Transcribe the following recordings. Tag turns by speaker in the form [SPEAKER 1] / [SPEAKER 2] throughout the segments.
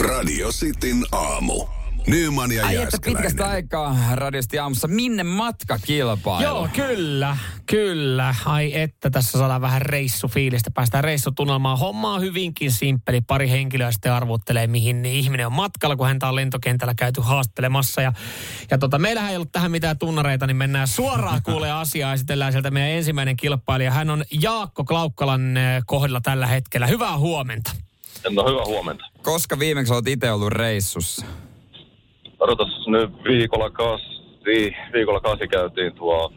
[SPEAKER 1] Radio Cityn aamu. Nyman ja
[SPEAKER 2] Ai että pitkästä
[SPEAKER 1] Jääskeläinen.
[SPEAKER 2] aikaa radiosti aamussa. Minne matkakilpailu?
[SPEAKER 3] Joo, kyllä, kyllä. Ai että, tässä saadaan vähän reissufiilistä. Päästään reissutunnelmaan. Homma on hyvinkin simppeli. Pari henkilöä sitten arvottelee, mihin niin ihminen on matkalla, kun häntä on lentokentällä käyty haastelemassa. Ja, ja tota, meillähän ei ollut tähän mitään tunnareita, niin mennään suoraan kuulee asiaa. Esitellään sieltä meidän ensimmäinen kilpailija. Hän on Jaakko Klaukkalan eh, kohdalla tällä hetkellä. Hyvää huomenta.
[SPEAKER 4] No hyvää huomenta.
[SPEAKER 2] Koska viimeksi olet itse ollut reissussa?
[SPEAKER 4] Odotas nyt viikolla kasi, viikolla kasi käytiin tuo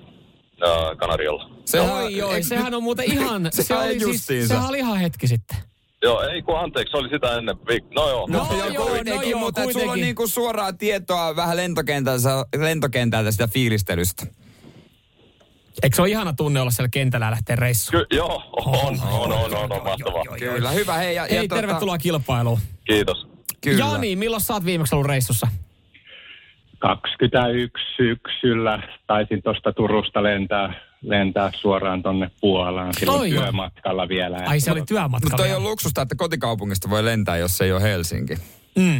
[SPEAKER 4] ää, Kanarialla.
[SPEAKER 3] Sehän, oi, oi,
[SPEAKER 2] eikö-
[SPEAKER 3] sehän on muuten ihan... siis-
[SPEAKER 2] Se on justiinsa.
[SPEAKER 3] sehän oli ihan hetki sitten.
[SPEAKER 4] Joo, ei kun anteeiksi, se oli sitä ennen. viik- No joo.
[SPEAKER 2] No,
[SPEAKER 3] No
[SPEAKER 2] joo,
[SPEAKER 3] joo,
[SPEAKER 2] kuitenkin,
[SPEAKER 3] no joo,
[SPEAKER 2] mutta et sulla on
[SPEAKER 3] kuitenkin.
[SPEAKER 2] niinku suoraa tietoa vähän lentokentältä, lentokentältä sitä fiilistelystä.
[SPEAKER 3] Eikö se ole ihana tunne olla siellä kentällä ja lähteä reissuun?
[SPEAKER 4] Ky- joo, on, on, on, on, on, on mahtavaa.
[SPEAKER 2] Kyllä, hyvä. Hei, ja, ja tuota-
[SPEAKER 3] Hei, tervetuloa kilpailuun.
[SPEAKER 4] Kiitos.
[SPEAKER 2] Kyllä.
[SPEAKER 3] Jani, milloin sä oot viimeksi ollut reissussa?
[SPEAKER 5] 21 syksyllä taisin tuosta Turusta lentää, lentää suoraan tonne Puolaan silloin
[SPEAKER 3] Oi.
[SPEAKER 5] työmatkalla vielä.
[SPEAKER 3] Ai se oli työmatka.
[SPEAKER 2] Mutta toi
[SPEAKER 3] vielä.
[SPEAKER 2] on luksusta, että kotikaupungista voi lentää, jos ei ole Helsinki.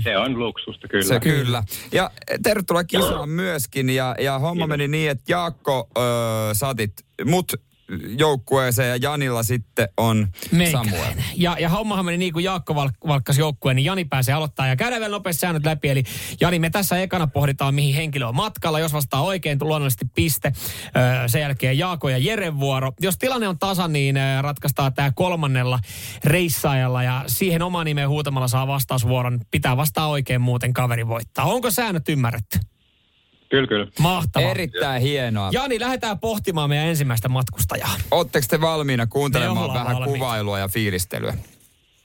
[SPEAKER 5] Se on luksusta kyllä.
[SPEAKER 2] Se kyllä. Ja tervetuloa kisaan myöskin. Ja, ja homma meni niin, että Jaakko, öö, saatit mut joukkueeseen ja Janilla sitten on
[SPEAKER 3] Meikäläinen.
[SPEAKER 2] Samuel.
[SPEAKER 3] Ja, ja hommahan meni niin kuin Jaakko valk- valkkasi joukkueen, niin Jani pääsee aloittaa ja käydään vielä nopeasti säännöt läpi. Eli Jani, me tässä ekana pohditaan, mihin henkilö on matkalla. Jos vastaa oikein, tu- luonnollisesti piste. Öö, sen jälkeen Jaako ja Jeren vuoro. Jos tilanne on tasa, niin öö, ratkaistaan tämä kolmannella reissaajalla ja siihen oma nimeen huutamalla saa vastausvuoron. Pitää vastaa oikein, muuten kaveri voittaa. Onko säännöt ymmärretty?
[SPEAKER 5] Kyllä, kyllä.
[SPEAKER 3] Mahtavaa.
[SPEAKER 2] Erittäin hienoa.
[SPEAKER 3] Jani, lähdetään pohtimaan meidän ensimmäistä matkustajaa.
[SPEAKER 2] Ootteko te valmiina
[SPEAKER 3] Me
[SPEAKER 2] kuuntelemaan
[SPEAKER 3] ollaan
[SPEAKER 2] vähän
[SPEAKER 3] valmiita.
[SPEAKER 2] kuvailua ja fiilistelyä?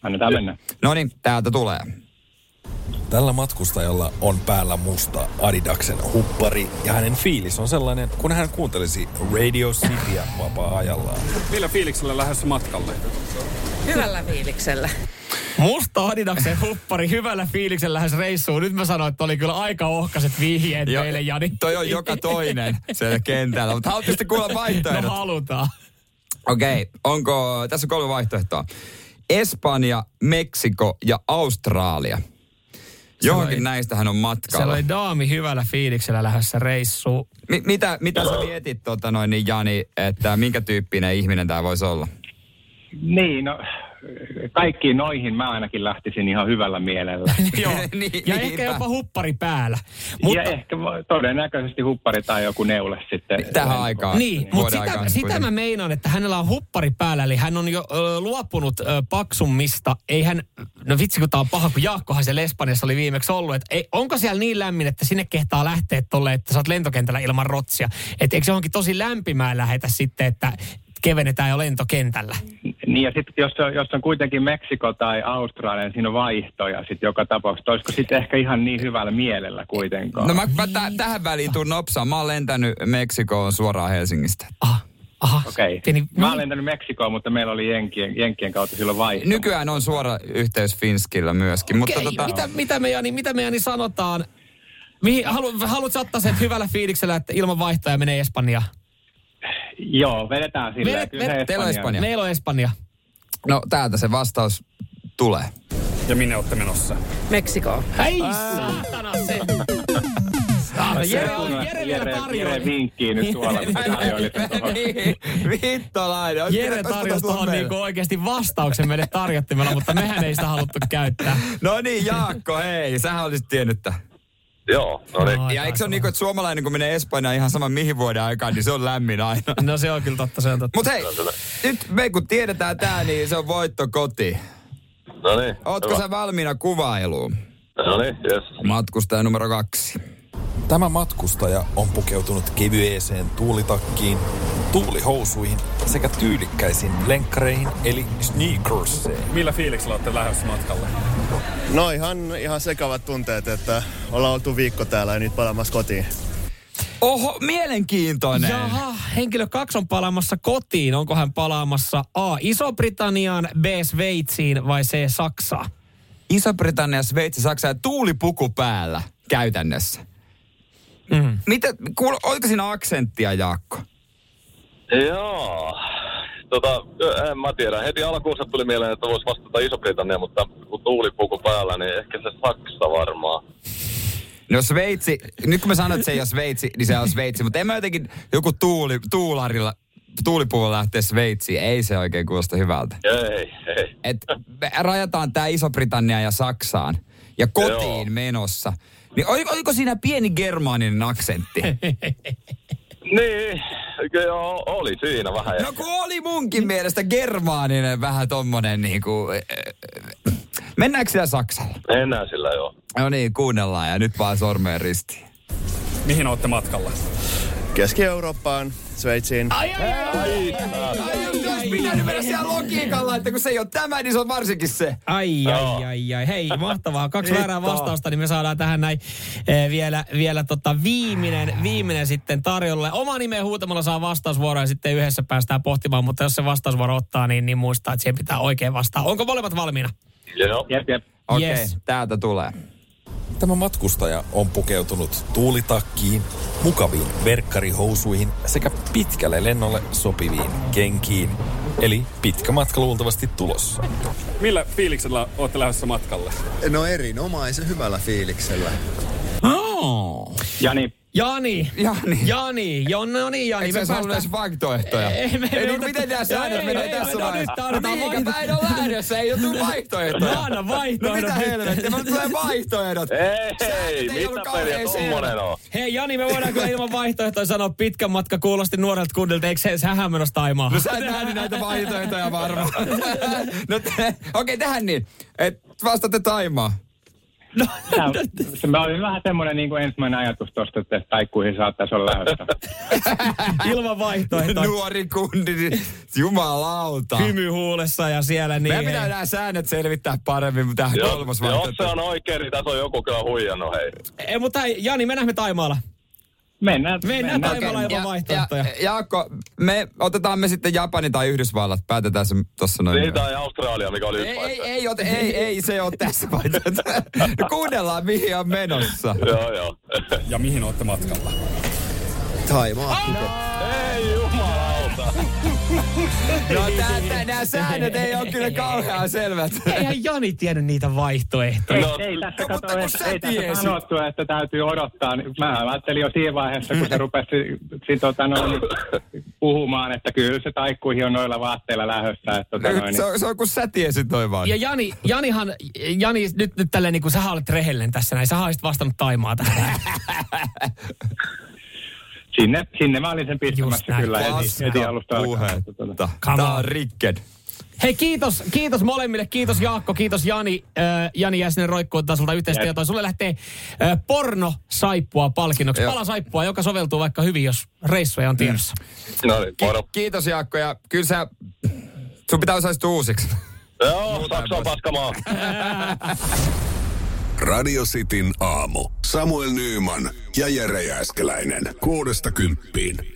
[SPEAKER 5] Annetaan mennä.
[SPEAKER 2] No niin, täältä tulee.
[SPEAKER 6] Tällä matkustajalla on päällä musta Adidaksen huppari ja hänen fiilis on sellainen, kun hän kuuntelisi Radio Cityä vapaa-ajallaan.
[SPEAKER 7] Millä fiiliksellä lähdössä matkalle?
[SPEAKER 8] Hyvällä fiiliksellä.
[SPEAKER 3] Musta Adidaksen huppari hyvällä fiiliksen lähes reissuun. Nyt mä sanoin, että oli kyllä aika ohkaiset vihjeet jo, meille, Jani.
[SPEAKER 2] Toi on joka toinen siellä kentällä, mutta haluatte sitten kuulla
[SPEAKER 3] No
[SPEAKER 2] vaihtoehdot.
[SPEAKER 3] halutaan.
[SPEAKER 2] Okei, onko, tässä on kolme vaihtoehtoa. Espanja, Meksiko ja Australia. Johonkin
[SPEAKER 3] oli-
[SPEAKER 2] näistä hän on
[SPEAKER 3] Siellä
[SPEAKER 2] matkalla.
[SPEAKER 3] oli daami hyvällä fiiliksellä lähdössä reissuun.
[SPEAKER 2] Mi- mitä, mitä sä mietit, tota noin, niin Jani, että minkä tyyppinen ihminen tämä voisi olla?
[SPEAKER 5] Niin, no, kaikkiin noihin mä ainakin lähtisin ihan hyvällä mielellä.
[SPEAKER 3] Joo.
[SPEAKER 2] Niin,
[SPEAKER 3] ja
[SPEAKER 2] niinpä.
[SPEAKER 3] ehkä jopa huppari päällä.
[SPEAKER 5] Mutta... Ja ehkä vo- todennäköisesti huppari tai joku neule sitten.
[SPEAKER 2] Tähän aikaan.
[SPEAKER 3] Niin, mutta
[SPEAKER 2] vuoden
[SPEAKER 3] sitä,
[SPEAKER 2] aikaan
[SPEAKER 3] sitä mä
[SPEAKER 2] kuitenkin.
[SPEAKER 3] meinaan, että hänellä on huppari päällä, eli hän on jo ö, luopunut ö, paksummista. Ei hän, no vitsi kun tää on paha, kun Jaakkohan siellä Espanjassa oli viimeksi ollut. Et ei, onko siellä niin lämmin, että sinne kehtaa lähteä tolle, että sä oot lentokentällä ilman rotsia? Että eikö se johonkin tosi lämpimään lähetä sitten, että kevenetään jo lentokentällä?
[SPEAKER 5] Niin ja sitten jos, on- jos on kuitenkin Meksiko tai Australia, niin siinä on vaihtoja sitten joka tapauksessa. Olisiko sitten ehkä ihan niin hyvällä mielellä kuitenkaan?
[SPEAKER 2] No mä, mä tä, tähän väliin tuun nopsaan. Mä oon lentänyt Meksikoon suoraan Helsingistä.
[SPEAKER 3] Aha, aha.
[SPEAKER 5] Okei. Okay.
[SPEAKER 3] Pieni- No,
[SPEAKER 5] Mä olen lentänyt Meksikoon, mutta meillä oli Jenkien, Jenkien kautta silloin vaihto.
[SPEAKER 2] Nykyään on suora yhteys Finskillä myöskin, mutta
[SPEAKER 3] Okei,
[SPEAKER 2] tota,
[SPEAKER 3] mitä, mitä, me Jani, mitä me Jani sanotaan? Mihin, halu, haluatko ottaa sen että hyvällä fiiliksellä, että ilman vaihtaja menee Espanjaan?
[SPEAKER 5] Joo, vedetään sillä.
[SPEAKER 3] Vedet-
[SPEAKER 5] Kyllä
[SPEAKER 3] vedet-
[SPEAKER 5] se
[SPEAKER 2] teillä on Espanja.
[SPEAKER 3] Meillä on Espanja.
[SPEAKER 2] no täältä se vastaus tulee.
[SPEAKER 7] Ja minne olette menossa?
[SPEAKER 8] Meksikoon.
[SPEAKER 3] Hei, saatana se. Saatana, Jere on, Jere vielä
[SPEAKER 5] Jere,
[SPEAKER 3] tarjoili.
[SPEAKER 5] Jere vinkkii nyt tuolla, kun sä tarjoilit.
[SPEAKER 2] Niin, Vittolainen. Ois
[SPEAKER 3] Jere
[SPEAKER 2] pitänyt- ois
[SPEAKER 3] tarjosi
[SPEAKER 2] pitänyt
[SPEAKER 3] tuohon
[SPEAKER 2] tulla meille.
[SPEAKER 3] niinku oikeasti vastauksen meille tarjottimella, mutta mehän ei sitä haluttu käyttää.
[SPEAKER 2] No niin, Jaakko, hei, sähän olisit tiennyt tämän.
[SPEAKER 4] Joo, no niin.
[SPEAKER 3] Ai,
[SPEAKER 2] ja eikö se ole
[SPEAKER 3] taitava.
[SPEAKER 2] niinku, että suomalainen kun menee Espanjaan ihan sama mihin vuoden aikaan, niin se on lämmin aina.
[SPEAKER 3] No se on kyllä totta, se on totta.
[SPEAKER 2] Mut hei, nyt me kun tiedetään tää, niin se on voitto koti.
[SPEAKER 4] No niin.
[SPEAKER 2] Ootko
[SPEAKER 4] hyvä.
[SPEAKER 2] sä valmiina kuvailuun?
[SPEAKER 4] No niin, yes.
[SPEAKER 2] Matkustaja numero kaksi.
[SPEAKER 6] Tämä matkustaja on pukeutunut kevyeeseen tuulitakkiin, tuulihousuihin sekä tyylikkäisiin lenkkareihin eli sneakerseen.
[SPEAKER 7] Millä fiiliksellä olette lähdössä matkalle?
[SPEAKER 9] No ihan, ihan sekavat tunteet, että ollaan oltu viikko täällä ja nyt palaamassa kotiin.
[SPEAKER 2] Oho, mielenkiintoinen.
[SPEAKER 3] Jaha, henkilö kaksi on palaamassa kotiin. Onko hän palaamassa A. Iso-Britanniaan, B. Sveitsiin vai C. Saksaan?
[SPEAKER 2] Iso-Britannia, Sveitsi, Saksa ja tuulipuku päällä käytännössä. Mm. Mitä, kuul, oliko siinä aksenttia, Jaakko?
[SPEAKER 4] Joo. tota, en mä tiedä. Heti alkuunsa tuli mieleen, että voisi vastata Iso-Britannia, mutta kun tuulipuku päällä, niin ehkä se Saksa varmaan.
[SPEAKER 2] No Sveitsi, nyt kun mä sanon, että se ei ole Sveitsi, niin se on Sveitsi. Mutta en mä jotenkin joku tuuli, tuularilla, tuulipuvulla lähteä Sveitsiin. Ei se oikein kuulosta hyvältä.
[SPEAKER 4] Ei, ei.
[SPEAKER 2] Et me rajataan tämä Iso-Britannia ja Saksaan ja kotiin
[SPEAKER 4] Joo.
[SPEAKER 2] menossa. Niin oliko, oliko siinä pieni germaaninen aksentti?
[SPEAKER 4] Niin, kyllä joo, oli siinä vähän.
[SPEAKER 2] No kun oli munkin mielestä germaaninen vähän tommonen niinku... eh, eh, Mennäänkö siellä Saksalla?
[SPEAKER 4] Enää sillä joo.
[SPEAKER 2] No niin, kuunnellaan ja nyt vaan sormeen ristiin.
[SPEAKER 7] Mihin olette matkalla?
[SPEAKER 9] Keski-Eurooppaan, Sveitsiin.
[SPEAKER 2] Ai jos se olisi pitänyt mennä siellä logiikalla, että kun se ei ole tämä, niin se on varsinkin se.
[SPEAKER 3] Ai, ai, ai, ai. Hei, mahtavaa. Kaksi väärää vastausta, niin me saadaan tähän näin eh, vielä, vielä tota viimeinen, viimeinen sitten tarjolle. Oma nimeä huutamalla saa vastausvuoro ja sitten yhdessä päästään pohtimaan, mutta jos se vastausvuoro ottaa, niin, niin muistaa, että siihen pitää oikein vastaa. Onko molemmat valmiina?
[SPEAKER 4] Joo.
[SPEAKER 5] Jep, jep.
[SPEAKER 2] Okei, okay,
[SPEAKER 3] Yes.
[SPEAKER 2] täältä tulee.
[SPEAKER 6] Tämä matkustaja on pukeutunut tuulitakkiin, mukaviin verkkarihousuihin sekä pitkälle lennolle sopiviin kenkiin. Eli pitkä matka luultavasti tulossa.
[SPEAKER 7] Millä fiiliksellä olette lähdössä matkalle?
[SPEAKER 10] No erinomaisen hyvällä fiiliksellä.
[SPEAKER 5] Jani,
[SPEAKER 3] Jani.
[SPEAKER 2] Jani.
[SPEAKER 3] Jani. Jo, no niin, Jani.
[SPEAKER 2] Ei
[SPEAKER 3] me
[SPEAKER 2] se saanut
[SPEAKER 3] päästään-
[SPEAKER 2] edes vaihtoehtoja.
[SPEAKER 3] Ei, me- me
[SPEAKER 2] ei,
[SPEAKER 3] ei
[SPEAKER 2] ei miten
[SPEAKER 3] otettu-
[SPEAKER 2] nämä
[SPEAKER 3] Ei,
[SPEAKER 2] säännöt
[SPEAKER 3] ei,
[SPEAKER 2] menee
[SPEAKER 3] ei,
[SPEAKER 2] tässä
[SPEAKER 3] no
[SPEAKER 2] vaiheessa?
[SPEAKER 3] nyt annetaan
[SPEAKER 2] Mihinkä
[SPEAKER 3] vaihtoehdot.
[SPEAKER 2] päin on lähdössä? Ei ole tullut vaihtoehtoja.
[SPEAKER 3] No anna
[SPEAKER 2] No
[SPEAKER 3] vaihtoehdot
[SPEAKER 2] mitä
[SPEAKER 3] nyt.
[SPEAKER 2] helvettiä? Mä tulee vaihtoehdot. Säännöt
[SPEAKER 4] Ei,
[SPEAKER 2] ei ollut
[SPEAKER 4] mitä
[SPEAKER 2] kauhean
[SPEAKER 4] peliä tommonen
[SPEAKER 2] selvät.
[SPEAKER 4] on?
[SPEAKER 3] Hei Jani, me voidaan kyllä ilman vaihtoehtoja sanoa pitkän matka kuulosti nuorelta kunnilta. Eikö se, sähän menossa Taimaan?
[SPEAKER 2] No sä et nähnyt näitä vaihtoehtoja varmaan. No te, okei, okay, tähän niin. Et vastaatte Taimaa.
[SPEAKER 5] tää, se, mä olin vähän semmoinen niin kuin ensimmäinen ajatus tosta, että taikkuihin saattaisi olla lähdössä.
[SPEAKER 3] ilman vaihtoehtoja.
[SPEAKER 2] Nuori kundi, niin jumalauta.
[SPEAKER 3] Hymy huulessa ja siellä niin.
[SPEAKER 2] Meidän pitää nämä säännöt selvittää paremmin, mutta tähän
[SPEAKER 4] Jos,
[SPEAKER 2] kolmas
[SPEAKER 4] jos se
[SPEAKER 2] vaihtoehto.
[SPEAKER 4] on oikein, niin tässä on joku kyllä huijannut, hei.
[SPEAKER 3] ei, E, mutta hei, Jani, me nähdään Taimaalla.
[SPEAKER 5] Mennään,
[SPEAKER 3] Mennään Taimaalla
[SPEAKER 2] Okei,
[SPEAKER 3] ilman vaihtoehtoja.
[SPEAKER 2] ja- Jaakko, me otetaan me sitten Japani tai Yhdysvallat. Päätetään se tuossa noin.
[SPEAKER 4] Niin tai Australia, mikä oli yksi
[SPEAKER 2] Ei, ei,
[SPEAKER 4] vaihtoehto.
[SPEAKER 2] ei, ota, ei, ei, se on tässä vaihtoehto. No kuunnellaan, mihin on menossa.
[SPEAKER 4] Joo, joo.
[SPEAKER 7] Ja mihin olette matkalla?
[SPEAKER 10] Taimaa.
[SPEAKER 4] Ei jumalauta.
[SPEAKER 2] No tää, tää, nämä säännöt ei ole kyllä kauhean selvät.
[SPEAKER 3] Eihän Jani tiennyt niitä vaihtoehtoja.
[SPEAKER 5] Ei,
[SPEAKER 4] No,
[SPEAKER 5] ei tässä
[SPEAKER 2] no, mutta
[SPEAKER 5] kato,
[SPEAKER 2] kun
[SPEAKER 5] ei,
[SPEAKER 2] sä
[SPEAKER 5] ei tässä
[SPEAKER 2] tiesit.
[SPEAKER 5] sanottu, että täytyy odottaa. niin Mä ajattelin jo siinä vaiheessa, kun se rupesi sit, tota, noin, puhumaan, että kyllä se taikkuihin on noilla vaatteilla lähössä. Että, tota, noin,
[SPEAKER 2] No, Se on, se on kun sä tiesit noin vaan.
[SPEAKER 3] Ja Jani, Janihan, Jani, nyt, nyt tälleen niin kuin sähän olet rehellinen tässä näin. Sähän olisit vastannut Taimaa tähän.
[SPEAKER 5] sinne, sinne mä olin sen
[SPEAKER 3] Just
[SPEAKER 5] pistämässä
[SPEAKER 3] näin.
[SPEAKER 5] kyllä
[SPEAKER 2] siis
[SPEAKER 5] heti, heti alusta alkaen. Että, tota,
[SPEAKER 2] Puhetta.
[SPEAKER 3] Come
[SPEAKER 2] Tää
[SPEAKER 3] on.
[SPEAKER 2] on rikken.
[SPEAKER 3] Hei, kiitos, kiitos molemmille. Kiitos Jaakko, kiitos Jani. Äh, Jani Jäsinen roikkuu ottaa sulta yhteistyötä. Sulle lähtee äh, porno saippua palkinnoksi.
[SPEAKER 2] Joo.
[SPEAKER 3] Pala saippua, joka soveltuu vaikka hyvin, jos reissuja on tiedossa.
[SPEAKER 4] no niin, moro.
[SPEAKER 2] Kiitos Jaakko ja kyllä sä, sun pitää osaistua uusiksi.
[SPEAKER 4] Joo, Saksa on paskamaa.
[SPEAKER 1] Radio Cityn aamu. Samuel Nyyman ja Jere Jääskeläinen. Kuudesta kymppiin.